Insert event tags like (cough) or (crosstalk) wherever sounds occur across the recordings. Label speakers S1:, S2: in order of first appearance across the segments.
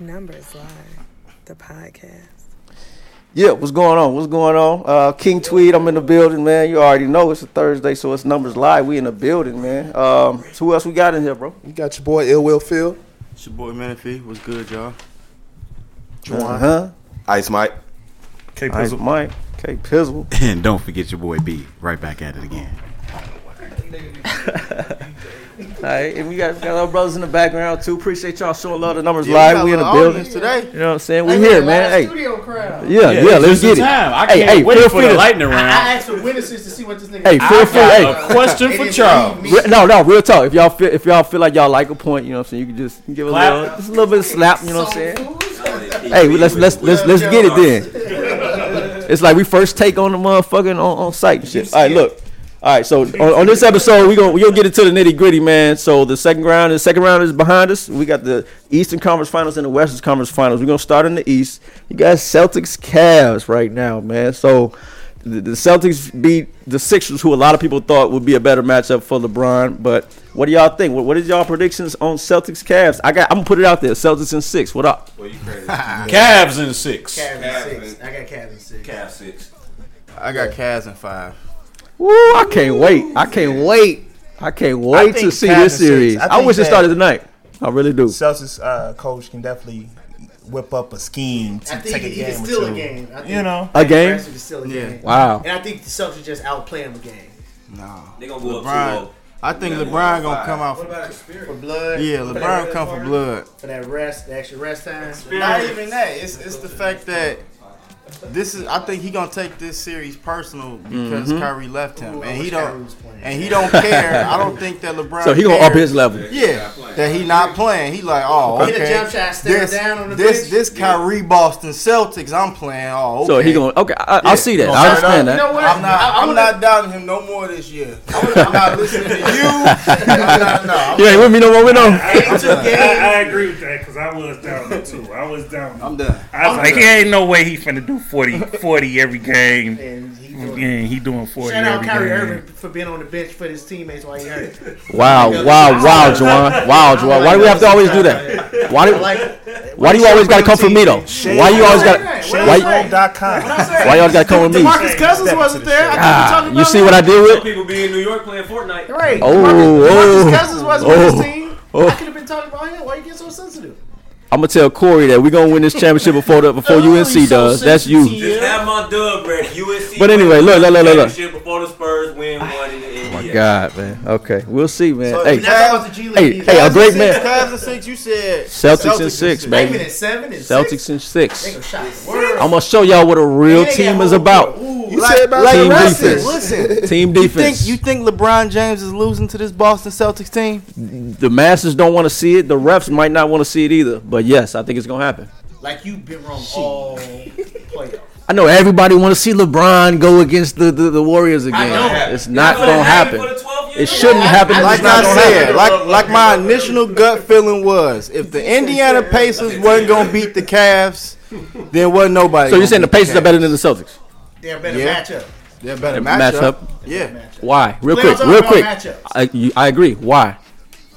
S1: Numbers lie. The podcast.
S2: Yeah, what's going on? What's going on? Uh, King Tweed, I'm in the building, man. You already know it's a Thursday, so it's numbers live. We in the building, man. Um, so who else we got in here, bro?
S3: You got your boy Ill Will Phil.
S4: It's your boy Menifee. What's good, y'all?
S2: Uh-huh.
S4: Ice Mike.
S5: K
S2: Ice
S5: Pizzle.
S2: Mike, K Pizzle.
S6: And don't forget your boy B. Right back at it again.
S2: All right, and we got, we got our brothers in the background too. Appreciate y'all showing love. The numbers live. We in the building.
S4: today.
S2: You know what I'm saying? We here, man. Hey,
S7: Studio crowd.
S2: yeah, yeah, let's get it.
S5: Time. I
S2: Hey,
S5: can't
S2: hey,
S5: wait
S2: feel
S5: for
S2: free
S5: the
S2: to-
S5: lightning round.
S7: I (laughs) asked for witnesses to see what this nigga.
S2: Hey, feel free.
S5: got
S2: Hey,
S5: a question
S7: They
S5: for
S7: didn't
S5: Charles.
S7: leave me.
S2: Re- no, no, real talk. If y'all feel, if y'all feel like y'all like a point, you know what I'm saying. You can just give a
S5: Clap.
S2: little, just a little bit of slap. You know what I'm saying.
S7: saying?
S2: Hey, let's let's let's let's get it then. It's like we first take on the motherfucking on, on site and shit. All right, look. All right, so on, on this episode we gonna we gonna get into the nitty gritty, man. So the second round, the second round is behind us. We got the Eastern Conference Finals and the Western Conference Finals. We're gonna start in the East. You got Celtics, Cavs right now, man. So the, the Celtics beat the Sixers, who a lot of people thought would be a better matchup for LeBron. But what do y'all think? What, what is y'all predictions on Celtics, Cavs? I got I'm gonna put it out there. Celtics in six. What up?
S5: Cavs in six.
S7: Cavs in six. I got Cavs in six.
S4: Cavs six. I got Cavs in five.
S2: Woo, I can't wait. I can't wait. I can't wait to
S3: think
S2: see
S3: five
S2: this
S3: to six.
S2: series.
S3: I
S2: I,
S3: think
S2: wish it
S3: that-
S2: started tonight. I really do.
S3: Celtics uh, coach can definitely whip up a scheme
S7: I
S3: to
S7: think
S3: take a
S7: he can
S3: game or
S7: steal a
S3: two.
S7: game. I think
S3: You know,
S2: A game?
S7: Bradford can steal a
S4: Yeah.
S7: game.
S2: Wow.
S7: And I think the Celtics just outplay him a game.
S4: No.
S8: They gonna go up
S4: LeBron. I think LeBron gonna come out. For,
S7: For blood.
S4: yeah,
S7: for that
S4: LeBron
S7: red
S4: come for
S7: card,
S4: blood.
S7: For that rest, the extra rest time.
S4: Not even that. It's it's the fact that this is. I think he gonna take this series personal because Kyrie left him,
S7: Ooh, I
S4: and he
S7: wish
S4: (laughs)
S7: Kyrie
S4: don't
S7: was playing.
S4: and he don't care. I don't think that LeBron.
S2: So he gonna up
S4: cares.
S2: his level.
S4: Yeah, that he not playing. He like, oh,
S7: Hit
S4: okay.
S7: a jump shot, stare
S4: this,
S7: down on the
S4: this,
S7: bench.
S4: this Kyrie Boston Celtics, I'm playing. Oh, okay.
S2: So he gonna okay. I,
S4: Yeah.
S2: I'll see that.
S4: Gonna
S2: I
S4: turn
S2: understand
S4: up.
S2: that.
S7: You know what?
S4: I'm not.
S7: I- I
S4: I, am
S7: wanna- (laughs)
S4: not doubting him no more this year. I'm not listening to
S2: (laughs)
S4: you. I'm not, no, I'm,
S2: You ain't with me no more. We know.
S7: Ain't (laughs) two
S5: I,
S7: games.
S5: I agree with that because I was down there too. I was down.
S4: I'm done.
S5: I was like, he ain't no way he finna do 40, 40 every game.
S7: And he doing-
S5: And he doing 40
S7: Shout out
S5: every
S7: Kyrie
S5: game.
S7: Irving for being on the bench for his teammates while he hurt.
S2: Wow, wow, wow, Juwan. Wow, Juwan. Why do we have to always do that? Why
S7: I (laughs)
S2: do
S7: like.
S2: Why do you always gotta come for me though? Why you always gotta Why
S3: Shadehome.com.
S2: Why y'all gotta come with me?
S7: Marcus Cousins wasn't there. I think
S2: Ah,
S7: talking about
S2: you see what I did
S8: Some
S2: with?
S8: people be in New York playing Fortnite.
S7: Right.
S2: Oh,
S7: Marcus,
S2: oh,
S7: Marcus Cousins wasn't with
S2: oh,
S7: his team.
S2: oh.
S7: I could have been talking about him. Why you get so sensitive?
S2: I'm gonna tell Corey that we gonna win this championship before the, before
S7: Oh,
S2: UNC
S7: you so
S2: does. That's you.
S7: sensitive.
S8: Just
S7: Yeah.
S8: have my dub, bro. USC.
S2: But anyway, look, look, look, look, look.
S8: Championship Before the Spurs win one in the NBA.
S2: God, man. Okay, we'll see, man.
S4: So
S2: hey,
S4: that's
S7: That's about the G League.
S2: Hey,
S7: He's
S2: hey,
S7: like,
S2: a great man.
S4: Cavs and six. You said
S2: Celtics and six,
S7: they
S2: baby.
S7: been at seven and six.
S2: Celtics in
S7: They
S2: six.
S7: gonna shot the world.
S2: I'm gonna show y'all what a real
S7: They
S2: team
S7: got
S2: is
S7: whole
S2: about.
S7: world. Ooh,
S4: You
S2: Like-
S4: said about
S2: like
S4: the rest
S2: defense.
S4: is- Listen.
S2: Team
S4: You think
S2: defense.
S4: you think LeBron James is losing to this Boston Celtics team?
S2: the masses don't want to see it. The refs might not want to see it either. But yes, I think it's gonna happen.
S7: like you've been wrong all playoffs.
S2: I know everybody want to see LeBron go against the, the, the Warriors
S7: know.
S2: again. It's not
S8: That's what
S2: gonna
S8: happened
S2: happen.
S8: for the 12
S2: It
S8: years.
S2: shouldn't happen.
S7: I- I
S2: It's
S4: Like
S7: just
S2: not
S4: I
S7: don't
S2: gonna
S4: said,
S2: happen.
S4: like like my initial gut feeling was, if the Indiana Pacers wasn't gonna beat the Cavs, then wasn't nobody.
S2: So
S4: gonna
S2: you're saying the
S4: beat
S2: Pacers are
S4: Cavs.
S2: better than the Celtics?
S7: They're a better
S4: Yeah.
S7: matchup.
S4: They're better
S2: Matchup.
S4: matchup. Yeah.
S2: Why? Real
S7: Playoffs
S2: quick.
S7: are
S2: Real
S7: about
S2: quick.
S7: matchups.
S2: I, you, I agree. Why?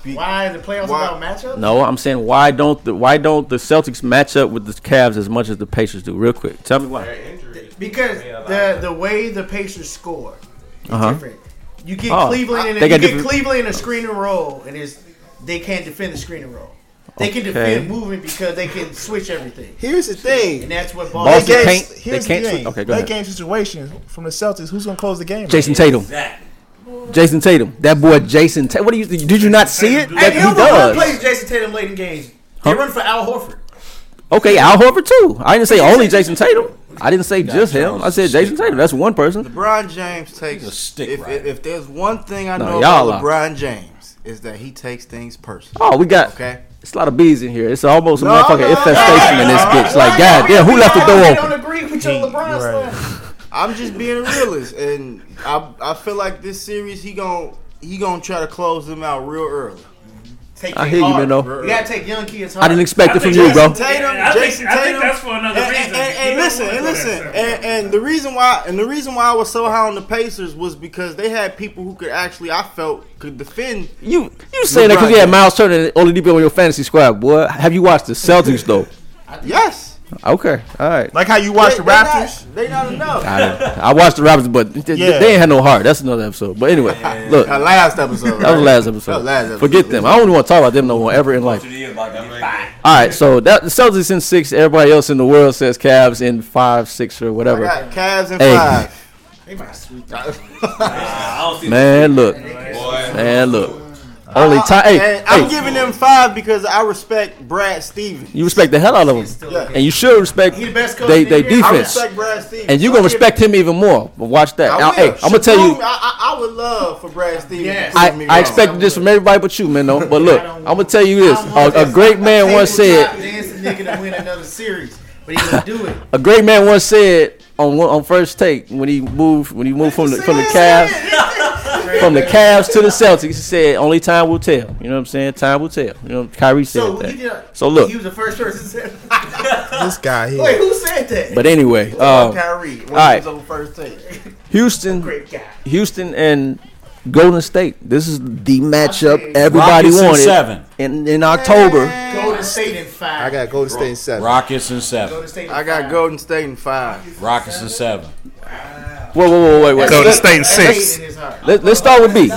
S7: Why in the playoffs
S4: Why-
S7: about matchups?
S2: No, I'm saying why don't the why don't the Celtics match up with the Cavs as much as the Pacers do? Real quick, tell me why.
S7: Because the the way the Pacers score is
S2: Uh-huh.
S7: different. You get
S2: Oh,
S7: Cleveland and
S2: they
S7: you
S2: got
S7: get
S2: different-
S7: Cleveland in a screen and roll, and it's, they can't defend the screen and roll. They can defend moving because they can switch everything,
S3: (laughs) Here's the
S7: and
S3: thing.
S7: that's what
S2: Boston
S7: Boston.
S3: Game-
S2: can't. They
S3: Here's
S2: can't.
S3: the
S2: switch-
S3: thing.
S2: Okay, go
S3: Late
S2: ahead.
S3: game situation from the Celtics. Who's gonna close the game?
S2: Jason Tatum.
S8: Exactly.
S2: Jason Tatum. That boy Jason. Ta- what do you? Did you not see it?
S7: Hey,
S2: That
S7: he
S2: he
S7: does.
S2: does.
S7: plays Jason Tatum late in games.
S2: Huh?
S7: They run for Al Horford.
S2: Okay, Al Horford too. I didn't say only Jason Tatum. I didn't say just him. I said Jason Tatum. That's one person.
S4: LeBron James takes
S6: a stick
S4: if,
S6: rider.
S4: if, if there's one thing I
S2: No,
S4: know
S2: y'all are.
S4: about LeBron James is that he takes things personal.
S2: Oh, we got.
S4: Okay.
S2: It's a lot of bees in here. It's almost a
S4: No,
S2: motherfucking
S4: no,
S2: infestation in this
S4: no,
S7: Uh-huh.
S2: bitch.
S4: no,
S2: Like, god damn, who left the door
S7: I
S2: open?
S7: don't agree with your LeBron
S3: right.
S7: stuff.
S4: I'm just being a realist, and I I feel like this series he gon' he gonna try to close them out real early.
S7: Take
S2: I
S7: their
S2: hear you,
S7: heart.
S2: Mino.
S7: You gotta take young kids hard.
S2: I didn't expect
S5: I
S2: it from
S5: think
S2: you, bro.
S5: Jason Tatum- I think- I think that's for another
S4: and-
S5: reason.
S4: and- and listen, and listen, and, and the reason why, and the reason why I was so high on the Pacers was because they had people who could actually, I felt, could defend.
S2: You you saying that because you had Miles Turner and Oladipo on your fantasy squad, boy? Have you watched the Celtics though?
S4: Yes,
S2: Okay, all right.
S3: Like how you watch the
S4: They- they not-
S3: Raptors.
S4: They not enough.
S2: I, (laughs) I watched the Raptors, but th- th-
S3: Yeah.
S2: they ain't had no heart. That's another episode. But anyway, look,
S4: Our
S2: that
S4: last episode.
S2: was the last
S4: That
S2: episode.
S4: was last episode.
S2: Forget them. I don't even want to talk about them no more ever in life. All right, so that the Celtics in six. Everybody else in the world says Cavs in five, six, or
S4: I
S2: whatever.
S4: got Cavs and
S2: Hey.
S4: five.
S7: They might sweep.
S2: Man, look, man, look. Only
S7: Uh,
S2: time. Hey,
S4: And I'm
S2: hey,
S4: giving them five because I respect Brad Stevens.
S2: you respect the hell out of them,
S4: Yeah.
S2: and you should respect
S7: He the best coach
S2: they
S7: in
S2: they
S7: the NBA.
S4: I
S2: defense,
S4: respect Brad Stevens.
S2: and you gonna respect him even more. But watch that. Now, hey, I'm gonna tell you.
S4: I, I, I would love for Brad Stevens.
S7: Yes.
S4: to prove
S2: I,
S4: me
S2: I
S4: wrong.
S2: expected this from everybody but you, man. No, but look,
S7: I don't
S2: I'm
S7: want-
S2: gonna tell you this:
S7: I want
S2: a, a
S7: this
S2: great man once
S7: tabletop
S2: said,
S7: dancing nigga to win
S2: (laughs)
S7: another series, but he gonna do it.
S2: a great man once said on one- on first take when he moved when he moved from the from the Cavs (laughs) from the Cavs to the Celtics, he said, "Only time will tell." You know what I'm saying? Time will tell. You know, Kyrie said
S7: So he did.
S2: that. So look,
S7: he was the first person. to say- (laughs)
S3: This guy here.
S7: Wait, who said that?
S2: but anyway, um,
S7: Kyrie. When he
S2: right.
S7: was on first take.
S2: Houston,
S7: Great guy.
S2: Houston, and Golden State. This is the matchup everybody
S9: Rockets in
S2: wanted
S9: seven.
S2: in in October.
S7: Golden State in five.
S3: I got Golden State in seven.
S9: Rockets and seven.
S7: Golden State. in
S4: I got
S7: five.
S4: Golden State in five.
S9: Rockets and seven.
S2: Whoa, whoa, whoa, wait, wait.
S5: Golden
S2: Let-
S5: State in
S7: That's
S5: six.
S7: eight in his heart.
S2: Let, let's start with B.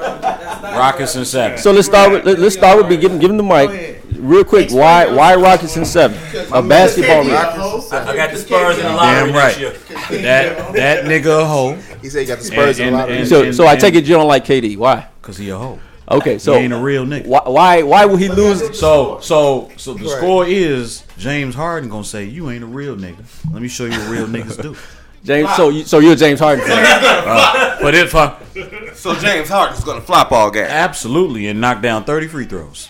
S9: Rockets and seven.
S2: So let's start with let- let's start with B. Give him give him the
S7: Go
S2: mic
S7: ahead.
S2: real quick. Why why Rockets in seven? A basketball
S7: Can't be a
S2: league.
S7: hoe.
S8: I got the Spurs in the
S5: Damn
S8: lottery
S5: right.
S8: this year.
S9: That that nigga a hoe
S3: He said he got the Spurs in a lot of
S9: And-
S2: So so I take it you don't like KD. Why?
S9: because he a hoe.
S2: Okay,
S9: He
S2: so
S9: ain't a real nigga.
S2: why why why would he lose?
S9: So so so the score is James Harden gonna say you ain't a real nigga. Let me show you what
S8: (laughs)
S9: real niggas do.
S2: James, so you so you're a James Harden fan.
S9: But if uh, I
S10: So James Harden's gonna flop all game.
S9: absolutely and knock down thirty free
S8: (laughs)
S9: throws,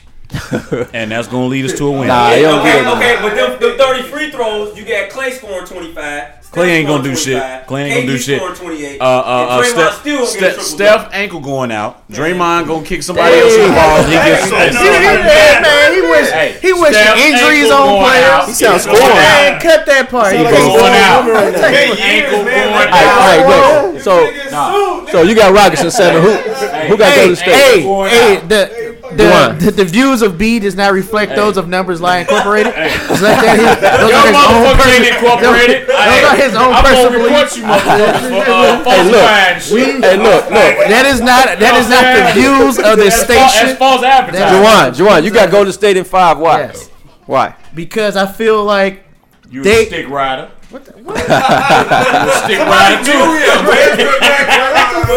S9: and that's gonna lead us to a win.
S2: Nah, he don't do
S8: Okay,
S2: that no more.
S8: okay, but them, them 30 free throws, you got Clay scoring 25. Steph
S9: Clay ain't gonna
S8: scoring
S9: do shit.
S8: 25,
S9: Clay ain't gonna
S8: KD
S9: do shit.
S8: scoring 28.
S9: Uh, uh,
S8: and
S9: uh,
S8: Draymond
S9: Steph,
S8: still gonna get
S9: Steph,
S8: a triple
S9: Steph
S8: double.
S9: ankle going out. Draymond gonna kick somebody else in the
S2: Hey.
S9: balls. He gets
S5: Hey.
S7: Hey, man, he wish
S9: Hey,
S7: he wish
S9: Steph
S7: injuries
S9: ankle
S7: on
S9: going out.
S7: players.
S3: He sounds
S9: Going
S3: scorned.
S9: out.
S7: Man, cut that part.
S3: He
S7: He
S3: goes
S7: goes
S9: Going out.
S3: Right now.
S7: Hey,
S9: Ankle going
S2: All
S9: out.
S2: right, all right, wait. So so you got Rockets in seven. Who who got
S7: Hey,
S2: Golden
S7: hey,
S2: State?
S9: Going
S7: hey,
S9: out.
S7: the,
S2: Dwan.
S7: the, the, the views of B does not reflect those of Numbers Lie Incorporated. Just let that hit. Those
S9: Your
S7: are his own
S9: motherfucker ain't
S7: personal.
S9: incorporated.
S7: Those are his own
S9: I'm gonna
S7: personal
S9: report
S7: beliefs.
S9: you, motherfucker, for uh,
S2: Hey,
S9: false flag
S2: look.
S9: shit.
S2: Hey, look, look.
S7: That is not that is not the views of this
S9: That's false- That's
S7: station.
S9: false
S2: Juwan,
S9: advertising.
S2: Juwan, you got Golden State in five. Why?
S7: Yes,
S2: Why?
S7: because I feel like
S9: You
S7: They-
S9: a stick rider. You a stick rider too.
S2: Go ahead.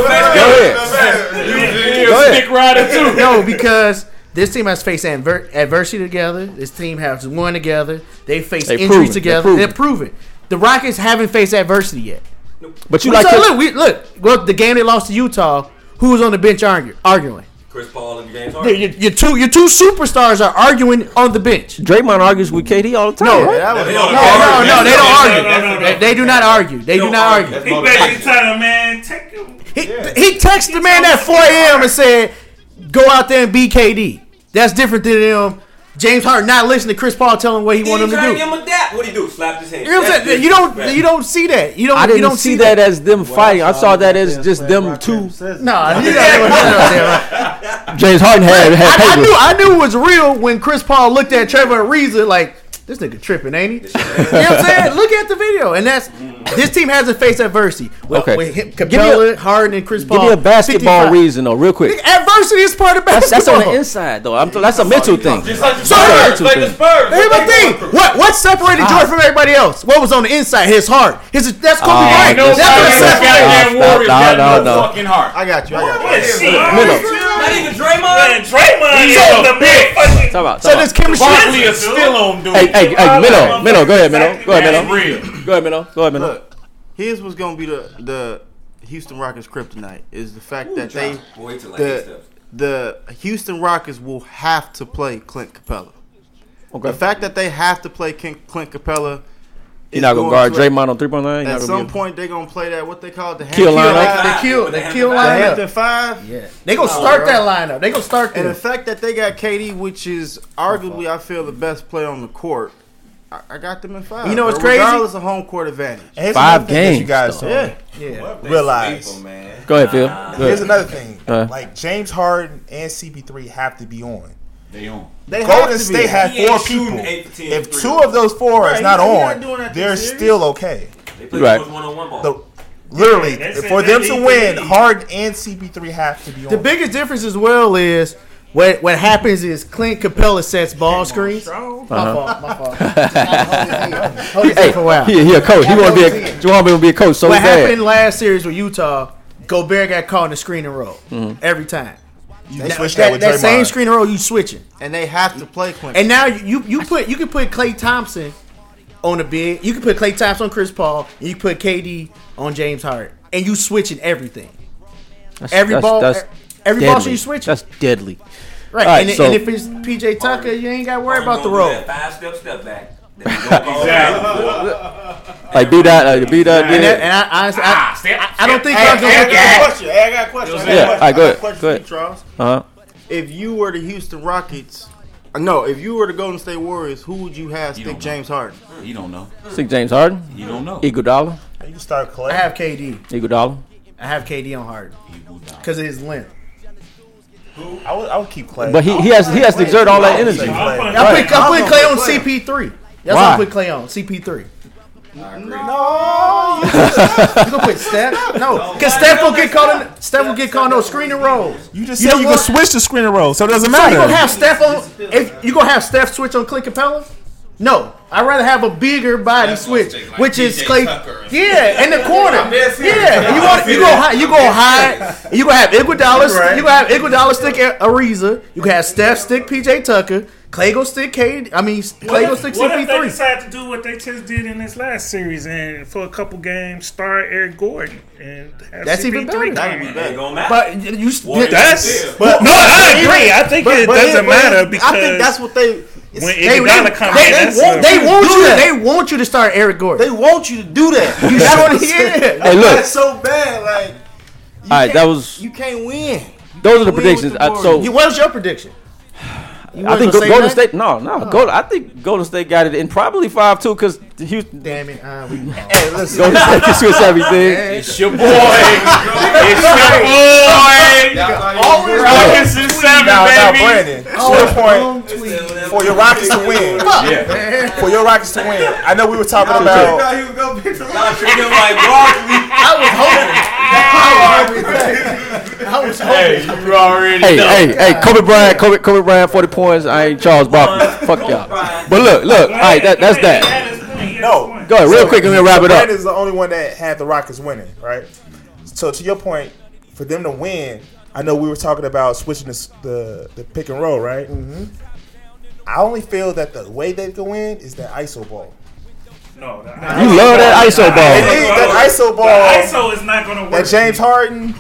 S9: You
S2: Go
S9: a
S2: ahead.
S9: stick rider too.
S7: no, because this team has faced adver- adversity together. This team has won together. They face
S2: They
S7: injuries
S2: proven.
S7: together.
S2: They
S7: They're proven. The Rockets haven't faced adversity yet.
S2: But you
S7: We
S2: like
S7: saw-
S2: to-
S7: look, we, look. Well, the game they lost to Utah. Who was on the bench argu- arguing?
S8: Chris Paul and James
S7: Your,
S8: Harden.
S7: your, your two your two superstars are arguing on the bench.
S2: Draymond argues with KD all the time.
S7: No,
S2: right?
S7: that was-
S8: They
S7: no,
S8: don't
S7: no,
S8: argue.
S7: no, they don't
S5: No,
S7: argue.
S5: no, no, no.
S7: They, they do not argue. They do
S8: don't
S7: not
S8: argue.
S7: argue.
S5: He basically telling him, man, take him.
S7: He, he texted the man at 4 a.m. and said, "Go out there and BKD." That's different than him. James Harden not listening to Chris Paul telling him what he
S8: He
S7: wanted him
S8: tried
S7: to
S8: to give
S7: do.
S8: him a dap. What'd he do? Slap his hand.
S7: You know what I'm
S8: That's
S7: saying? You don't
S8: disrespect.
S7: you don't see that. You don't
S2: I
S7: you
S2: didn't
S7: don't
S2: see that, as them fighting. I saw that as just them two. (laughs)
S7: No, you don't.
S2: James Harden had had
S7: I, I
S2: papers.
S7: knew I knew it was real when Chris Paul looked at Trevor and Ariza like this nigga tripping, ain't he? you know what I'm saying? Look at the video, and that's this team hasn't faced adversity. Well,
S2: Okay.
S7: with him,
S2: Give me a-
S7: Capella, Harden, and Chris Paul.
S2: Give me a basketball
S7: 55.
S2: reason though, real quick.
S7: Adversity is part of
S2: That's,
S7: basketball.
S2: that's on the inside though. I'm, that's a mental thing.
S8: Just like the
S2: Sorry.
S8: Spurs. Like the Spurs.
S7: Here's my
S8: What they
S7: thing.
S8: going through.
S7: What what separated Jordan from everybody else? What was on the inside? His heart. His that's Kobe
S2: Oh,
S7: Bryant.
S2: no,
S7: That's what
S2: no, no,
S7: separated.
S9: Goddamn
S2: no,
S9: Warriors
S2: no,
S9: got
S2: no,
S9: no
S2: no.
S9: fucking heart.
S3: I got you. I got
S5: What
S3: you.
S5: is he?
S2: Middle.
S8: Not even Draymond.
S5: Man, Draymond is
S9: So-
S5: the big fucking.
S2: Talk about.
S7: So
S2: Talk
S7: this
S2: about.
S7: chemistry.
S9: Barkley is still on dude.
S2: Hey, hey, hey, Mino, Mino, go ahead, Mino, go ahead,
S9: That's
S2: Mino,
S9: real.
S2: go ahead, Mino, go ahead, Mino.
S4: Look, here's what's gonna be the the Houston Rockets kryptonite is the fact that they
S8: Wait till I
S4: the
S8: get stuff.
S4: the Houston Rockets will have to play Clint Capella. The fact that they have to play Clint, Clint Capella,
S2: You're not gonna guard Draymond on three point line. You're
S4: At
S2: not
S4: some
S2: gonna be.
S4: point, they're gonna play that what they call it, the
S2: Kill
S4: hand-
S2: lineup.
S7: They killed. They killed
S4: Hamilton
S7: lineup.
S4: five.
S7: They gonna start that lineup. They gonna start
S4: And the
S7: that.
S4: fact that they got KD, which is arguably I feel the best player on the court, I, I got them in five.
S7: You know what's
S4: bro,
S7: crazy?
S4: Regardless of home court advantage.
S3: And here's
S2: Five
S3: another thing that you
S2: games,
S3: guys
S2: though.
S3: saw.
S4: Yeah.
S7: Yeah.
S3: realize.
S10: People, man.
S2: Go ahead, Phil. Go ahead.
S3: Here's another thing.
S2: Uh.
S3: Like James Harden and CP3 have to be on.
S9: They on.
S4: They
S3: Golden
S4: have to be.
S3: State had
S8: He
S3: four
S8: ain't shooting
S3: people.
S8: eight for 10
S3: If
S8: three.
S3: two of those four
S4: Right,
S3: is
S4: he-
S3: not
S4: he not
S3: on,
S4: doing that
S3: they're
S4: this series.
S3: still okay.
S8: They play
S2: Right.
S8: right. one on one ball.
S3: The, literally,
S5: that's it,
S3: for
S5: that
S3: them to
S5: E3.
S3: win, Harden and CP3 have to be on.
S7: The biggest difference as well is what what happens is Clint Capella sets ball screens. My fault. My fault. Hold it
S2: Hey,
S7: for a while.
S2: he, he a coach. He want to be a, he want to be a coach so
S7: what
S2: bad.
S7: happened last series with Utah? Gobert got caught in the screen and roll
S2: Mm-hmm.
S7: every time.
S3: they switched
S7: That,
S3: that, with
S7: that same
S3: Draymond.
S7: screen and roll, you switching,
S4: And they have to play Quinn.
S7: and now you you put you can put Clay Thompson on the big, you can put Clay Thompson on Chris Paul, and you can put KD on James Harden, and you switching everything.
S2: That's-
S7: Every
S2: that's-
S7: ball,
S2: that's
S7: every ball
S2: deadly.
S7: should you switch.
S2: That's deadly.
S7: Right,
S2: Alright,
S7: and, i-
S2: so-
S7: and if it's PJ Tucker, you ain't got to worry about the
S8: roll.
S7: role.
S8: Five step step back. exactly.
S2: Like B dot, like B dot did
S7: And, that,
S2: it.
S7: and I, honestly, I, I, I don't think
S4: Hey,
S7: y'all
S4: hey, I
S7: gonna.
S4: got a question. Hey, I got a question. I got a
S2: Yeah,
S4: question.
S2: alright, go
S4: I got a
S2: ahead.
S4: question
S2: Go
S4: for
S2: ahead.
S4: you, Charles.
S2: Uh-huh.
S4: If you were the Houston Rockets, uh, no, if you were the Golden State Warriors, who would you have stick
S9: You don't know.
S4: James Harden?
S9: You don't know.
S2: Stick James Harden,
S9: You don't know.
S2: Iguodala,
S3: You can start Clay.
S7: I have KD.
S2: Iguodala.
S7: I have KD on Harden because of his length.
S3: I would, I would keep Clay.
S2: But he, he has he has to exert all that
S3: I would say
S2: energy.
S3: Clay.
S7: I put, I put
S4: I'm
S7: Clay
S4: gonna
S7: on
S4: play him.
S7: CP3. That's why
S2: Why?
S7: I put Clay on CP3.
S4: No,
S7: You gonna put Steph? No, because Steph will get caught. In, Steph will get caught. No screen and rolls.
S3: You just
S7: You
S3: said
S7: know
S3: you
S7: what?
S3: can switch the screen and roll, so it doesn't
S7: So you
S3: matter.
S7: gonna have Steph on? If you gonna have Steph switch on Clint Capella? No, I'd rather have a bigger body switch,
S10: take, like,
S7: which is
S10: PJ
S7: Clay.
S10: Tucker or
S7: Yeah, in the corner.
S10: been seeing it.
S7: Yeah, you want you gonna hide, you gonna hide. You gonna have Iguodala.
S3: Right.
S7: You gonna have Iguodala stick A- Ariza. You can have Steph stick PJ Tucker. Clay go stick Cade. I mean Clay go stick
S5: What if they
S7: CP3.
S5: decide to do what they just did in this last series and for a couple games start Eric Gordon and have
S7: That's even
S5: CP3
S7: better.
S5: come in?
S8: Ain't gonna matter.
S7: But you.
S8: Warriors
S5: That's-
S8: still.
S5: no, I agree. I think it
S4: but
S5: doesn't
S4: it- but
S5: matter
S4: it-
S5: because
S4: I think that's what they
S5: when
S7: They, they,
S5: Iguodala comes
S7: they-
S5: in,
S7: they
S5: that's
S7: want,
S5: a-
S7: they want
S4: do
S7: you.
S4: that.
S7: They want you to start Eric Gordon.
S4: they want you to do that.
S7: (laughs) you
S4: That's what I'm
S7: sure
S4: saying.
S7: did.
S2: Hey, look.
S4: That's so bad. Like,
S2: All right,
S4: you can't-
S2: that was
S4: you can't win.
S2: those are the
S4: with
S2: predictions.
S4: the
S2: I, so
S7: You, what was your prediction? You
S2: I
S7: wasn't
S2: think
S7: gonna say
S2: Golden
S7: that?
S2: State. No, no.
S7: Uh-huh.
S2: Golden, I think Golden State got it in probably five two because Houston.
S7: Damn it! Uh, we lost.
S3: Hey, listen,
S2: Golden State can switch everything.
S9: It's your boy. it's your boy.
S10: Always
S9: Rockets in seven,
S3: now, now,
S9: baby.
S3: Brandon, to
S7: Wrong Oh, tweet.
S3: your point, for your Rockets to win, for your Rockets to win. I know we were talking about.
S10: thought he was gonna pick the lock.
S8: Treat him (laughs) like broccoli.
S7: I was hoping.
S9: Hey, you already
S2: Hey,
S9: know.
S2: hey, hey, Kobe Bryant, Kobe, Kobe Bryant, forty points. I ain't Charles Barkley. Fuck y'all. But look, look. All right, that, that's that.
S3: No,
S2: Go ahead, real quick, and then wrap it up.
S3: Brandon's the only one that had the Rockets winning, right? So to your point, for them to win, I know we were talking about switching the s- the, the pick and roll, right? Mm-hmm. I only feel that the way they go in is that ISO ball.
S5: No, the
S2: You love that ISO
S3: They
S2: ball.
S3: need that ISO ball.
S5: ISO is not gonna work.
S3: That James Harden.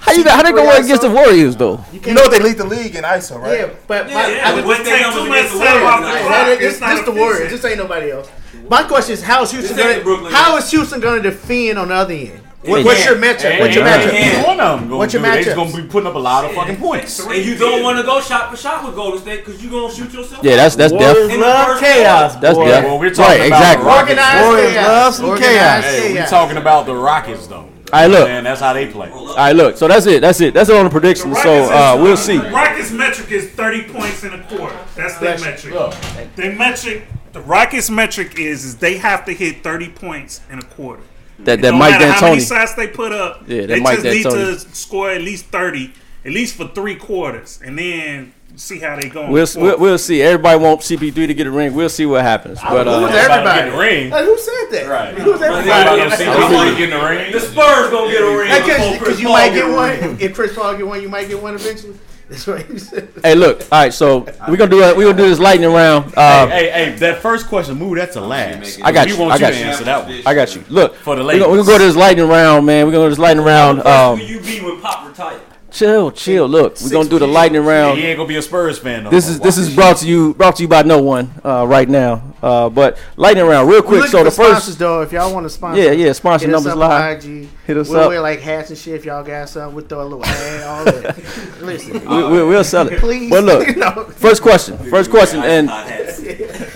S2: How you how they gonna work against the Warriors though?
S3: You know they lead the league in ISO, right?
S7: Yeah, but my,
S8: Yeah,
S7: I
S8: but
S7: just,
S8: what they
S5: take
S8: done was
S5: too much
S8: against the
S5: time off
S8: Warriors.
S5: the
S8: Like,
S5: clock.
S7: this, this,
S5: It's not
S7: this the
S5: efficient.
S7: Warriors. This ain't nobody else. My question is, how is Houston?
S8: This ain't
S7: Gonna,
S8: Brooklyn.
S7: how is Houston going to defend on the other end?
S2: Hey,
S7: What, what's your matchup? what's your
S8: hey,
S7: matchup?
S8: hey.
S9: One of them. What's
S7: What's your
S9: your matchup? They're
S7: matchups?
S9: gonna be putting up a lot of fucking points.
S8: And you don't want to go shot for shot with Golden State because you're going to shoot yourself.
S2: Yeah, that's that's
S4: Warriors
S2: death.
S4: love chaos.
S2: That's
S4: boy.
S2: death.
S9: Well, we're talking
S2: right,
S9: about
S2: exactly.
S9: the Rockets.
S7: Organized
S4: Warriors
S7: chaos.
S4: love some
S7: Organized
S4: chaos.
S9: Hey, we
S7: chaos.
S9: talking about the Rockets though.
S2: All right,
S9: Man,
S2: look.
S9: that's how they play.
S2: All right, look. So that's it. That's it. That's it on the predictions. So uh, we'll see.
S5: Rockets metric is 30 points in a quarter. That's their metric. Their metric, the Rockets metric is, is they have to hit 30 points in a quarter.
S2: That
S5: It
S2: that
S5: don't
S2: Mike
S5: matter How many
S2: D'Antoni.
S5: shots they put up?
S2: Yeah, that
S5: they
S2: Mike
S5: just need
S2: D'Antoni.
S5: to score at least 30, at least for three quarters, and then see how they go. in
S2: We'll,
S5: the
S2: we'll
S5: fourth.
S2: we'll see. Everybody wants CP3 to get a ring. We'll see what happens. But
S7: Who's
S2: uh,
S9: Everybody
S7: everybody?
S9: getting the ring.
S7: Like, who said that?
S9: Right.
S7: Who's everybody?
S8: Right.
S9: Everybody getting the ring. Getting the ring.
S8: The Spurs going to get a ring. before Chris
S7: Because you
S8: Paul
S7: might get
S8: a
S7: one.
S8: ring.
S7: If Chris Paul get one, you might get one eventually. (laughs) That's what he said.
S2: hey, look. All right. So we're gonna do a, we're gonna do this lightning round. Uh,
S9: Hey, hey, that first question, move that to last.
S2: I got
S9: We
S2: you,
S9: want
S2: I
S9: you
S2: got
S9: to
S2: you.
S9: answer that one.
S2: I got you. Look,
S9: For the
S2: we're gonna,
S9: ladies.
S2: we're gonna go to this lightning round, man. We're gonna go to this lightning round.
S8: Who
S2: Um,
S8: you be when Pop retired?
S2: chill, chill. Look, we're gonna do the lightning round.
S9: He ain't gonna be a Spurs fan. No
S2: This
S9: more.
S2: is this is brought to you brought to you by no one uh, right now. Uh, but lightning round, real quick.
S7: Look
S2: So
S7: for
S2: the
S7: sponsors
S2: first,
S7: though, if y'all want to sponsor,
S2: yeah, yeah, sponsor
S7: Hit us
S2: numbers
S7: up
S2: live.
S7: on IG.
S2: Hit us
S7: we'll
S2: up.
S7: wear like hats and shit if y'all got something. We'll throw a little ad, all that.
S2: (laughs)
S7: Listen,
S2: We, we, we'll sell it.
S7: (laughs) please.
S2: But look,
S7: no.
S2: first question, first question, and
S8: Hot hats.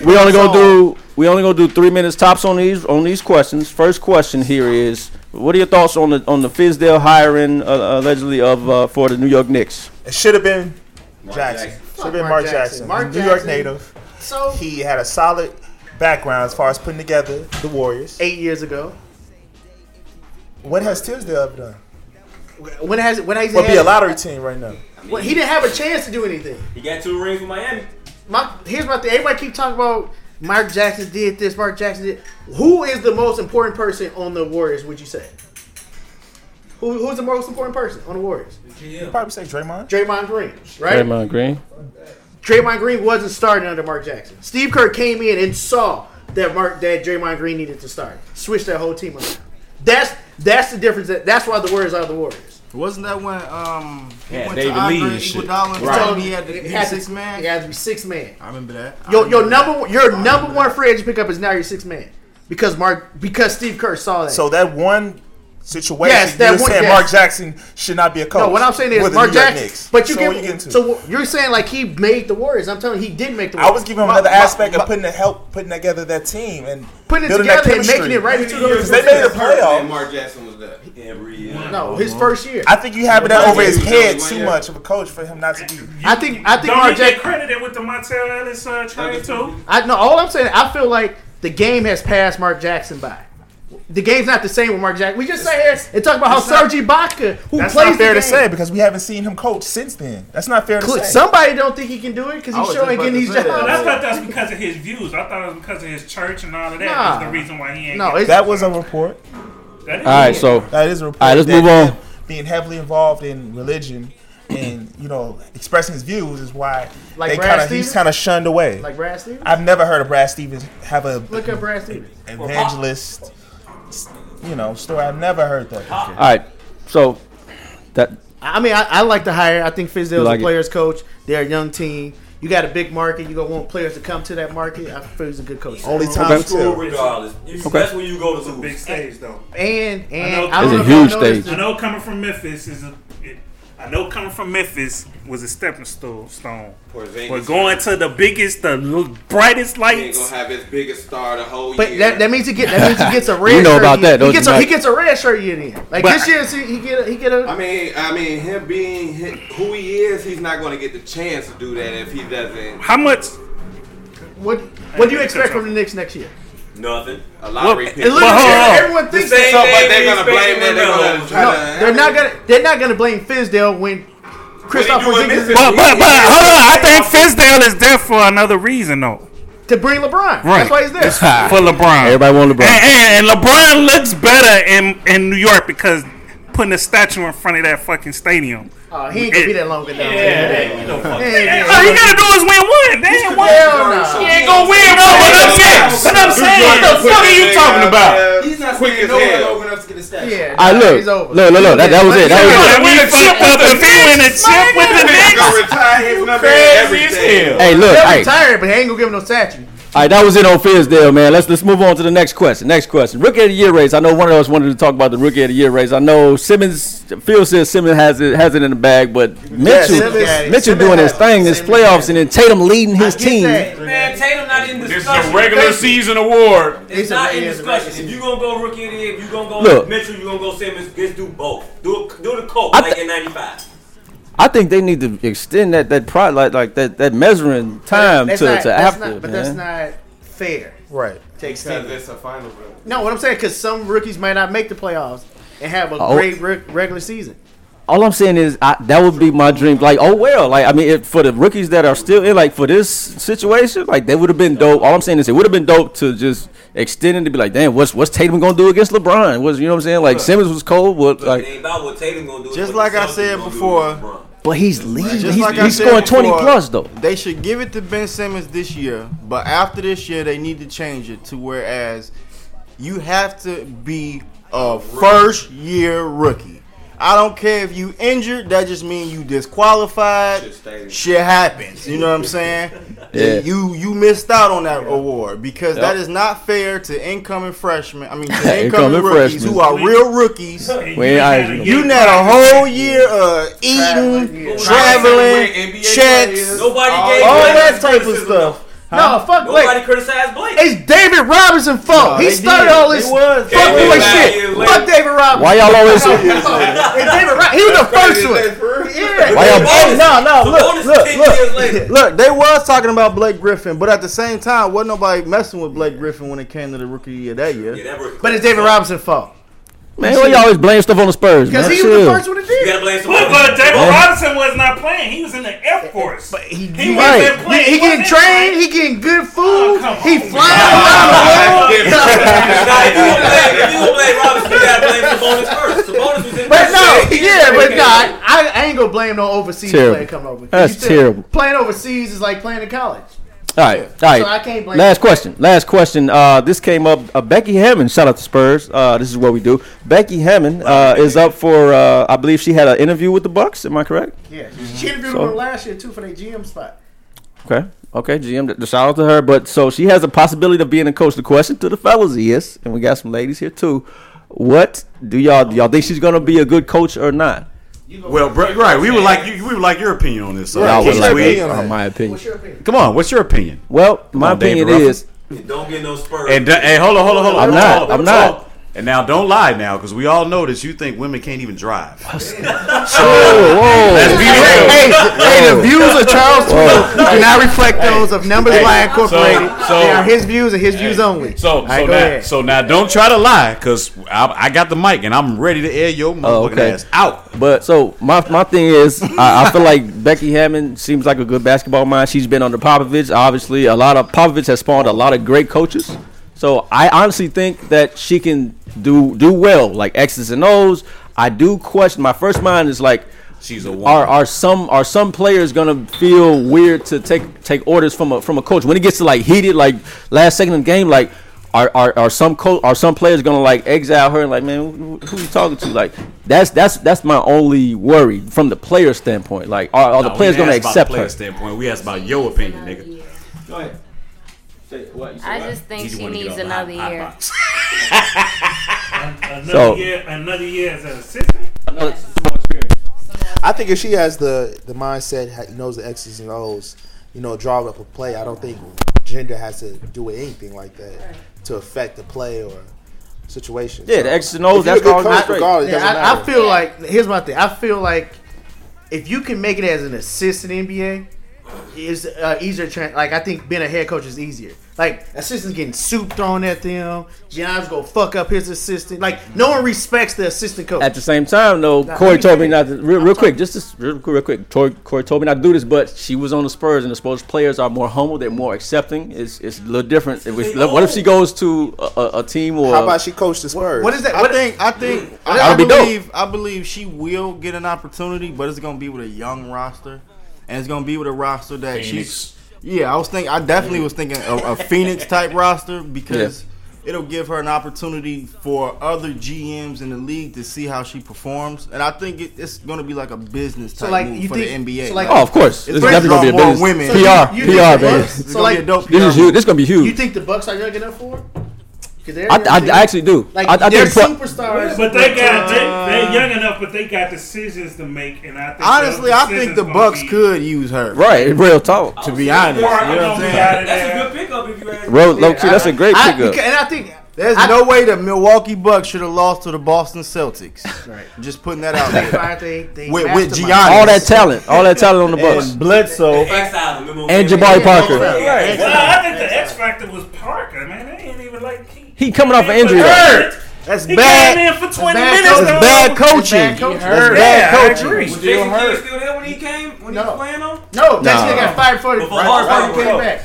S2: we're only gonna do we only gonna do three minutes tops on these on these questions. First question here is: What are your thoughts on the on the Fizdale hiring uh, allegedly of uh, for the New York Knicks?
S3: It should have been Jackson. Should have been
S7: Mark
S3: Mark Jackson.
S7: Jackson. Mark
S3: New York
S7: Jackson.
S3: native.
S7: So
S3: he had a solid background as far as putting together the Warriors.
S7: Eight years ago.
S3: What has Tisdale ever done?
S7: When has when has he
S3: Would be
S7: had-
S3: a lottery team right now.
S7: Well, he didn't have a chance to do anything.
S8: He got two rings with Miami.
S7: My here's my thing. Everybody keep talking about Mark Jackson did this. Mark Jackson did. Who is the most important person on the Warriors? Would you say? Who, who's the most important person on the Warriors?
S3: You'd probably say Draymond.
S7: Draymond Green, right?
S2: Draymond Green.
S7: Draymond Green wasn't starting under Mark Jackson. Steve Kerr came in and saw that Mark that Draymond Green needed to start. Switched that whole team around. That's that's the difference. That, that's why the Warriors are the Warriors.
S4: Wasn't that when um he
S7: Yeah,
S4: went
S7: David
S4: to
S7: Lee
S4: Andre
S7: and shit.
S4: Iguodala and
S7: Right.
S4: told him he had to
S7: It
S4: be
S7: had to-
S4: six man?
S7: It has to be six man.
S4: I remember that. I
S7: Your,
S4: remember
S7: your number one, your number one free agent pickup is now your six man because Mark because Steve Kerr saw that.
S3: So that one situation,
S7: Yes, that
S3: you're
S7: one-
S3: saying
S7: yes.
S3: Mark Jackson should not be a coach.
S7: no, what I'm saying is
S3: with the
S7: Mark
S3: New York
S7: Jackson.
S3: Knicks.
S7: But you
S3: so
S7: get
S3: what you getting to?
S7: so you're saying like he made the Warriors. I'm telling you, he did make the.
S3: I
S7: Warriors.
S3: was giving him
S7: My-
S3: another
S7: my-
S3: aspect
S7: my-
S3: of putting the help, putting together that team, and
S7: Putting it
S3: building that
S7: together and
S3: chemistry.
S7: making it right into the-
S3: Because they made the
S8: And
S3: playoffs.
S8: Mark Jackson was there every year.
S7: No, his first year.
S3: I think you having that
S8: One
S3: over
S8: year,
S3: his
S8: he was only
S3: head
S8: one
S3: too
S8: year.
S3: much of a coach for him not to do.
S7: I think I think
S5: Don't
S7: Mark
S5: he get
S7: Jackson.
S5: credited with the Montel Ellis uh, trade too?
S7: I no. All I'm saying, I feel like the game has passed Mark Jackson by. The game's not the same with Mark Jackson. We just sat here and talk about how
S3: it's not-
S7: Serge Ibaka, who
S3: That's
S7: plays
S3: not fair to
S7: the game,
S3: say because we haven't seen him coach since then. That's not fair to
S7: Cl-
S3: say.
S7: Somebody don't think he can do it because
S3: I
S7: he
S3: was
S7: sure
S3: just
S7: ain't
S3: about
S7: getting
S3: to
S7: these
S3: say
S7: jobs.
S3: that.
S5: But I thought that's because of his views. I thought it was because of his church and all of that.
S7: Nah.
S5: Is the reason why he ain't.
S7: No,
S5: get-
S7: it's-
S3: that was a report.
S5: That is
S2: All right, so
S3: that is a report.
S2: all right, let's
S3: that
S2: move on.
S3: Being heavily involved in religion and you know expressing his views is why
S7: Like
S3: they
S7: Brad
S3: kind of
S7: Stevens?
S3: he's kind of shunned away.
S7: Like Brad Stevens?
S3: I've never heard of Brad Stevens have a
S7: Look at Brad Stevens.
S3: evangelist. You know, story. I've never heard that.
S2: All right, so that
S7: I mean, I, I like to hire. I think Fizdale's
S2: like
S7: a
S2: it?
S7: players' coach. They're a young team. You got a big market. You gonna want players to come to that market. I feel he's a good coach.
S3: Only
S8: time Okay. school regardless. You- Okay. that's when you go to
S5: It's a
S8: lose.
S5: big stage though.
S7: And- and
S5: I
S7: I
S5: know,
S2: It's don't a know if y'all huge noticed stage.
S5: I know coming from Memphis is a. It, I know coming from Memphis was a stepping sto- stone.
S8: Vegas.
S5: We're going to the biggest, the l- brightest
S8: He ain't
S5: lights.
S8: gonna have his biggest star the whole
S7: But
S8: year.
S7: that, that means he get that means
S2: (laughs)
S7: he gets a red.
S2: You know
S7: shirt
S2: about
S7: year.
S2: that, don't
S7: He gets
S2: you,
S7: a, he
S2: Mike?
S7: gets a red shirt year then. Like
S2: But-
S7: this year, see, he get a, he get a.
S8: I mean, I mean, him being hi- who he is, he's not going to get the chance to do that if he doesn't.
S5: How much?
S7: What what do you expect from the Knicks next year?
S8: Nothing. A lottery
S7: Well,
S8: pick.
S7: and look at Well, hold you, on. everyone thinks
S8: uh, the same
S7: so,
S8: thing
S7: but
S8: they're
S7: they're
S8: going to
S7: gonna
S8: blame it. They're going to try
S7: No,
S8: to.
S7: they're not gonna they're not gonna blame Fizdale when Christoph
S8: doing
S7: Porzingis
S8: Memphis?
S5: But but but hold on, I think Fizdale is there for another reason though.
S7: to bring LeBron. That's why he's there.
S5: It's for LeBron.
S2: Everybody want LeBron.
S5: And, and- and LeBron looks better in in New York because putting a statue in front of that fucking stadium.
S7: Oh, he ain't gonna be that long enough.
S5: All you gotta do is win one. They ain't win. He ain't gonna win. No, but I'm saying. But I'm saying. What the fuck are you talking about?
S8: He's not saying
S5: Quick as
S8: no one
S5: hell.
S8: over enough to get a statue.
S7: Yeah.
S2: I look, look, look, look. That, that was it. That was it.
S5: win a chip with the If he win a chip with the Knicks,
S8: gonna retire his number
S5: crazy
S8: and everything.
S2: Hey, look,
S7: They'll
S2: hey.
S7: retire, but he ain't gonna give him no statue.
S2: All right, that was it on Fizdale, man. Let's let's move on to the next question. Next question. Rookie of the year race. I know one of us wanted to talk about the rookie of the year race. I know Simmons Phil says Simmons has it has it in the bag, but Mitchell
S7: Simmons got it.
S2: Mitchell
S7: Simmons
S2: doing his
S7: has it.
S2: thing, this playoffs, and then Tatum leading his
S7: get
S2: team.
S7: that.
S8: Man, Tatum not in
S11: This is
S8: discussion.
S11: a regular season award.
S8: It's not in
S7: Yeah, it's a regular
S8: discussion. If you gonna go rookie of the year, if you gonna go
S2: Look.
S8: Mitchell, you gonna go Simmons. Just do both. Do a, do the Colt
S2: I
S8: like
S2: thi-
S8: in '95.
S2: I think they need to extend that that pro, like, like that that measuring time
S7: That's
S2: to,
S7: not,
S2: to
S7: that's
S2: after.
S7: not, but
S2: man.
S7: that's not fair.
S3: Right.
S7: Take
S8: Because
S7: Stevens.
S8: it's a final round.
S7: No, what I'm saying, because some rookies might not make the playoffs and have a
S2: Oh.
S7: great re- regular season.
S2: All I'm saying is I, that would be my dream. Like, oh well, like I mean, if, for the rookies that are still in, like for this situation, like they would have been dope. All I'm saying is it would have been dope to just extend it to be like, damn, what's what's Tatum gonna do against LeBron? Was you know what I'm saying? Like Simmons was cold, what
S8: Like,
S2: like,
S8: about what Tatum gonna do.
S4: Just like
S8: what the
S4: I
S8: Celtics
S4: said
S8: gonna do
S4: before,
S8: with LeBron.
S2: but he's leading.
S4: Just
S2: He's,
S4: like I
S2: he's
S4: said
S2: scoring 20
S4: before,
S2: plus though.
S4: They should give it to Ben Simmons this year, but after this year, they need to change it to whereas you have to be a first year rookie. I don't care if you injured. That just means you disqualified. Shit happens. You know what I'm saying?
S2: (laughs) Yeah.
S4: You you missed out on that award because that is not fair to incoming freshmen. I
S7: (laughs)
S4: mean, to incoming,
S2: Incoming
S4: rookies who are
S2: freshmen.
S4: real rookies.
S2: Wayne Ivey.
S4: You not a whole year of eating,
S7: Traveling,
S4: traveling,
S8: NBA
S4: checks,
S8: players. Nobody
S4: all,
S8: gave
S4: all
S8: him
S4: that
S8: criticism,
S4: type of stuff.
S7: No, fuck
S10: Nobody
S7: Blake.
S10: criticized Blake.
S7: It's David Robinson's fault.
S10: No,
S7: he
S10: they
S7: started
S10: did.
S7: all
S10: They
S7: this
S10: was. It
S7: fuckboy
S10: was five
S7: shit.
S10: years
S7: Fuck
S10: later.
S7: David Robinson.
S2: Why
S7: (laughs)
S2: y'all always-
S7: Fuck David Robinson. He was the first one. Yeah.
S2: Why y'all-
S7: Hey,
S4: No, no, look,
S7: bonus is
S4: look,
S7: 10 years
S4: look,
S7: later.
S4: look. They was talking about Blake Griffin, but at the same time, wasn't nobody messing with Blake Griffin when it came to the rookie year that year.
S7: But it's David Robinson's fault.
S2: Man, why y'all always blame stuff on the Spurs?
S7: Because
S2: man?
S7: he was the
S2: Chill.
S7: first one to do it.
S5: Look, but David
S2: Yeah.
S5: Robinson was not playing. He was in the Air Force. But he,
S7: You
S5: wasn't
S7: right.
S5: playing.
S7: He, he getting
S5: wasn't
S7: trained. He getting good food. he flying around the world. But no, yeah, but no, I, I ain't gonna blame no overseas
S2: Terrible.
S7: player coming over.
S2: That's
S7: You still-
S2: terrible.
S7: Playing overseas is like playing in college.
S2: All right, all right.
S7: So I can't blame
S2: Last
S7: you.
S2: question. Last question. Uh, this came up. Uh, Becky Hammond. Shout out to Spurs. Uh, this is what we do. Becky Hammond uh, is up for. Uh, I believe she had an interview with the Bucks. Am I correct?
S7: Yeah, she interviewed
S2: So-
S7: him last year too for their GM spot.
S2: Okay. Okay. GM. th- Shout out to her. But so she has a possibility of being a coach. The question to the fellas is, and we got some ladies here too. What do y'all do? Y'all think she's gonna be a good coach or not?
S9: Well, bro, right. We would like you. We would like your opinion on this. So
S2: Y'all would
S9: Keith
S2: like
S9: Sweet.
S2: that. Uh, my opinion.
S9: Come on. What's your opinion?
S2: Well,
S9: Come
S2: my
S9: on, David
S2: opinion
S9: Ruffin.
S2: is
S8: Don't get no Spurs.
S9: And uh, hey, hold on, hold on, hold on.
S2: I'm
S9: hold on,
S2: not,
S9: hold on,
S2: I'm
S9: hold on.
S2: not.
S9: And now don't lie now, because we all know that you think women can't even drive. so
S2: whoa.
S9: let's be real.
S7: Hey, hey, the
S9: Whoa.
S7: views of Charles
S9: Whoa.
S7: Twill do not reflect those of Numbers
S9: Hey,
S7: Lie
S9: so-
S7: Incorporated.
S9: so-
S7: they are his views and his views only.
S9: So,
S7: All right,
S9: so,
S7: go
S9: now,
S7: ahead.
S9: so now don't try to lie, because I, I got the mic and I'm ready to air your motherfucking
S2: Oh, okay.
S9: ass out.
S2: But so my my thing is, I, I feel like Becky Hammond seems like a good basketball mind. She's been under Popovich, obviously. A lot of Popovich has spawned a lot of great coaches. So I honestly think that she can do do well, like X's and O's. I do question. My first mind is like,
S9: she's a
S2: are are some are some players gonna feel weird to take take orders from a from a coach when it gets to like heated, like last second of the game, like. Are, are, are some co- are some players gonna like exile her and like man who, who you talking to like that's that's that's my only worry from the player standpoint like are, are the
S9: No, we
S2: players
S9: didn't
S2: gonna
S9: ask about
S2: accept
S9: the player
S2: her
S9: standpoint. We asked about your opinion, nigga.
S8: Go ahead. Say what? You said
S12: I
S8: what?
S12: just think
S9: Did you
S12: she
S9: wanna get
S12: needs
S9: on the
S12: another
S9: hot- hot
S12: year.
S5: Another
S2: So-
S5: year, another year as an assistant.
S3: I think if she has the the mindset, ha- knows the X's and O's, you know, draw up a play. I don't think gender has to do with anything like that to affect the play or situation.
S2: Yeah, the X's and O's,
S3: If you're
S2: that's
S3: a good
S2: all-
S3: coach,
S2: I-
S3: regardless, it
S7: Yeah,
S3: doesn't
S7: I, I
S3: matter.
S7: feel like here's my thing. I feel like if you can make it as an assistant NBA, is uh, easier. Tra- like I think being a head coach is easier. Like assistants getting soup thrown at them. Giannis gonna fuck up his assistant. Like no one respects the assistant coach.
S2: At the same time, though,
S7: Nah,
S2: Corey
S7: let me
S2: told me not to. Real, real quick, just this, real, quick- real quick. Corey, Corey told me not to do this, but she was on the Spurs, and the Spurs players are more humble. They're more accepting. It's it's a little different. It was- what if she goes to a, a, a team or
S3: How about she coached the Spurs?
S7: what is that?
S4: I
S7: What- Mm.
S4: think I think
S2: That'd
S4: I, I
S2: be dope.
S4: believe I believe she will get an opportunity, but it's gonna be with a young roster, and it's gonna be with a roster that
S9: Phoenix.
S4: she's. Yeah, I was thinking. I definitely was thinking a, a Phoenix type roster because it'll give her an opportunity for other GMs in the league to see how she performs, and I think it, it's gonna be like a business type
S7: So like
S4: move
S7: you
S4: for
S7: think-
S4: the NBA.
S7: so like-
S2: Oh, of course.
S4: it's
S2: It's definitely gonna be a
S4: draw more
S2: business.
S4: women.
S2: PR, PR,
S7: You think the
S2: baby.
S7: Bucks-
S2: This
S4: It's gonna be a dope
S2: is
S4: PR
S2: huge. This is gonna be
S7: You
S2: huge.
S7: think the Bucks are young enough for?
S2: I, I, I actually do.
S7: Like
S2: I, I
S7: they're
S2: think pro-
S7: superstars,
S5: But they got they,
S4: Uh,
S5: they're young enough, but they got decisions to make, and I think
S4: Honestly,
S5: those
S4: I think
S5: decisions
S4: the
S5: gonna
S4: Bucks
S5: be-
S4: could use her.
S2: right. Real talk.
S7: Oh.
S4: To be honest, you know what I'm saying?
S5: That's
S8: a good pickup if you ask.
S2: Real low key.
S4: I-
S2: That's a great
S4: I-
S2: pickup.
S4: and I think there's no way the Milwaukee Bucks should have lost to the Boston Celtics. Right. Just putting that out
S7: They
S4: there.
S7: fired they, they
S4: With- with
S7: mastermind.
S4: Giannis.
S2: all that talent. All that talent on the Bucks.
S4: And Bledsoe.
S2: And Jabari Parker.
S5: Well, I think the X factor was Parker, man. They ain't even like he,
S2: He coming off an injury.
S5: Hurt.
S2: though.
S7: That's
S5: he
S2: bad-
S5: came in for twenty
S7: bad
S5: minutes.
S7: coaching.
S5: though.
S2: Bad coaching.
S7: Bad coaching.
S2: That's
S5: Yeah, I
S2: bad
S5: agree.
S2: coaching.
S8: Was Jason Kidd still there when he came? When he was playing on?
S7: No, that
S2: Nah.
S7: shit got fired for
S8: Before Harden
S7: came
S8: came
S7: back.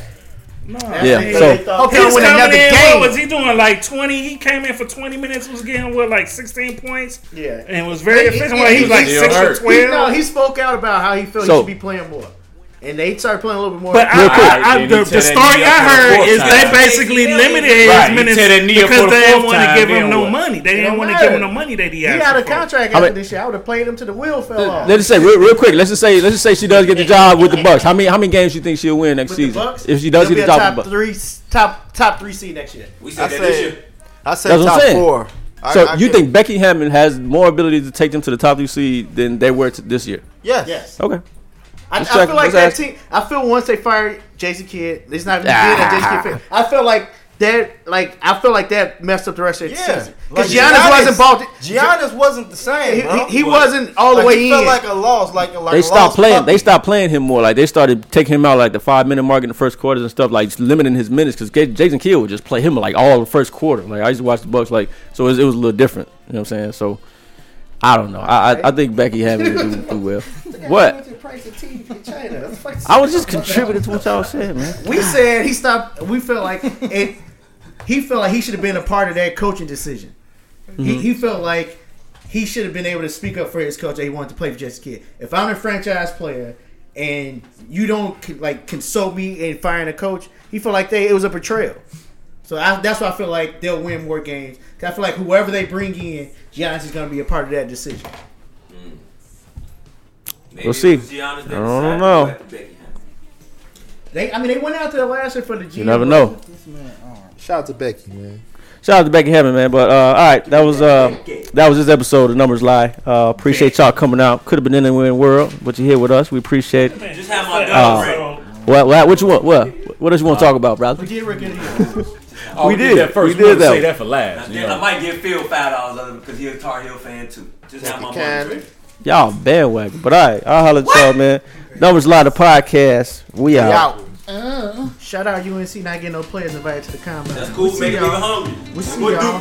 S2: Yeah,
S7: That's
S2: so-
S7: it. They thought-
S5: He
S7: Hope
S5: was
S7: they win
S5: coming
S7: another
S5: in.
S7: game.
S5: What was he doing? Like twenty. He came in for twenty minutes. Was getting what like sixteen points.
S7: Yeah.
S5: and was very efficient. Well, he was like
S7: he-
S5: six or
S7: he- he- No,
S5: twelve.
S7: he spoke out about how he felt
S2: So-
S7: he should be playing more, and they started playing a little bit more.
S5: But I,
S2: Real quick.
S5: I, I, the, the story I heard is they basically limited his
S11: Right, you
S5: minutes
S11: tear that knee up for
S5: because
S11: the
S5: they didn't
S11: fourth
S5: want to
S11: time,
S5: give
S11: then
S5: him no
S11: what?
S5: money. They
S7: It
S5: didn't
S7: don't
S5: want to
S7: matter.
S5: give him no money that he
S7: he
S5: asked
S7: out of
S5: for.
S7: contract
S2: I
S7: after
S2: mean-
S7: this year. I would have played him to the wheel fell off.
S2: Let's just say real, real quick. Let's just say let's just say she does get the job with the Bucks. How many how many games you think she'll win next
S7: With the
S2: season?
S7: Bucks,
S2: if she does
S7: they'll
S2: get the
S7: be
S2: job
S7: a top
S2: with the Bucks,
S7: three, top top three seed next year.
S8: We
S4: I
S8: said that this
S4: said,
S8: year.
S4: I said
S2: that's what I'm
S4: top
S2: saying.
S4: four. I-
S2: so
S4: I
S2: you
S4: could-
S2: think Becky Hammond has more ability to take them to the top three seed than they were to this year?
S4: Yes.
S7: Yes.
S2: Okay,
S7: I, I
S2: Let's
S7: feel
S2: check-
S7: like
S2: let's
S7: that
S2: ask-
S7: team. I feel once they fired Jason Kidd, it's not even
S2: Ah.
S7: good that Jason Kidd. fit. I feel like that. Like I feel like that messed up the rest of the season
S4: Like,
S7: because Giannis, wasn't bought.
S4: Giannis wasn't the same.
S7: He- he-
S4: bro.
S7: he wasn't all the
S4: Like,
S7: way
S4: he Felt
S7: in.
S4: like a loss. Like, like
S2: they
S4: a
S2: stopped
S4: lost
S2: playing.
S4: puppy.
S2: They stopped playing him more. Like they started taking him out like the five minute mark in the first quarters and stuff. Like just limiting his minutes because Jason Kidd would just play him like all the first quarter. Like I used to watch the Bucks. Like so it was, it was a little different. You know what I'm saying? So I don't know. I I, I think Becky having to do, do well. What? I was just contributing to what y'all said, man.
S7: We said he stopped. We felt like it. He felt like he should have been a part of that coaching decision. He,
S2: Mhm.
S7: he felt like he should have been able to speak up for his coach that he wanted to play for Jets Kid. If I'm a franchise player and you don't con- like consult me in firing a coach, he felt like they it was a betrayal. So I, that's why I feel like they'll win more games. 'Cause I feel like whoever they bring in, Giannis is going to be a part of that decision.
S2: We'll see. I don't know.
S7: They, I mean, they went out there last year for the G.
S2: You never know.
S12: Shout out to Becky, man.
S2: Shout out to Becky Hammond, man. But uh, all right, that was uh, that was this episode of Numbers Lie. Uh, appreciate y'all coming out. Could have been anywhere in the world, but you're here with us. We appreciate. it.
S10: Just have
S5: Oh.
S10: my
S8: Oh.
S2: Uh, what, what what you want? What what does you want to talk about, brother?
S7: did
S11: Oh,
S2: we
S11: we did
S2: did.
S11: that first.
S2: We
S11: We
S2: did
S11: did
S2: that
S11: Say
S2: one.
S11: that for last.
S10: Now,
S11: you
S10: then
S11: know.
S10: I might give Phil five dollars other because he's a Tar Heel fan too. Just have my money. straight.
S2: Y'all bandwagon. But all right, I'll holler at y'all, man. Numbers Lie, the podcast. We out.
S7: Uh, shout out UNC not getting no players invited to the combine.
S10: That's cool,
S7: We see
S10: make me
S7: y'all.
S10: hungry.
S7: We see
S10: We'll do
S7: y'all.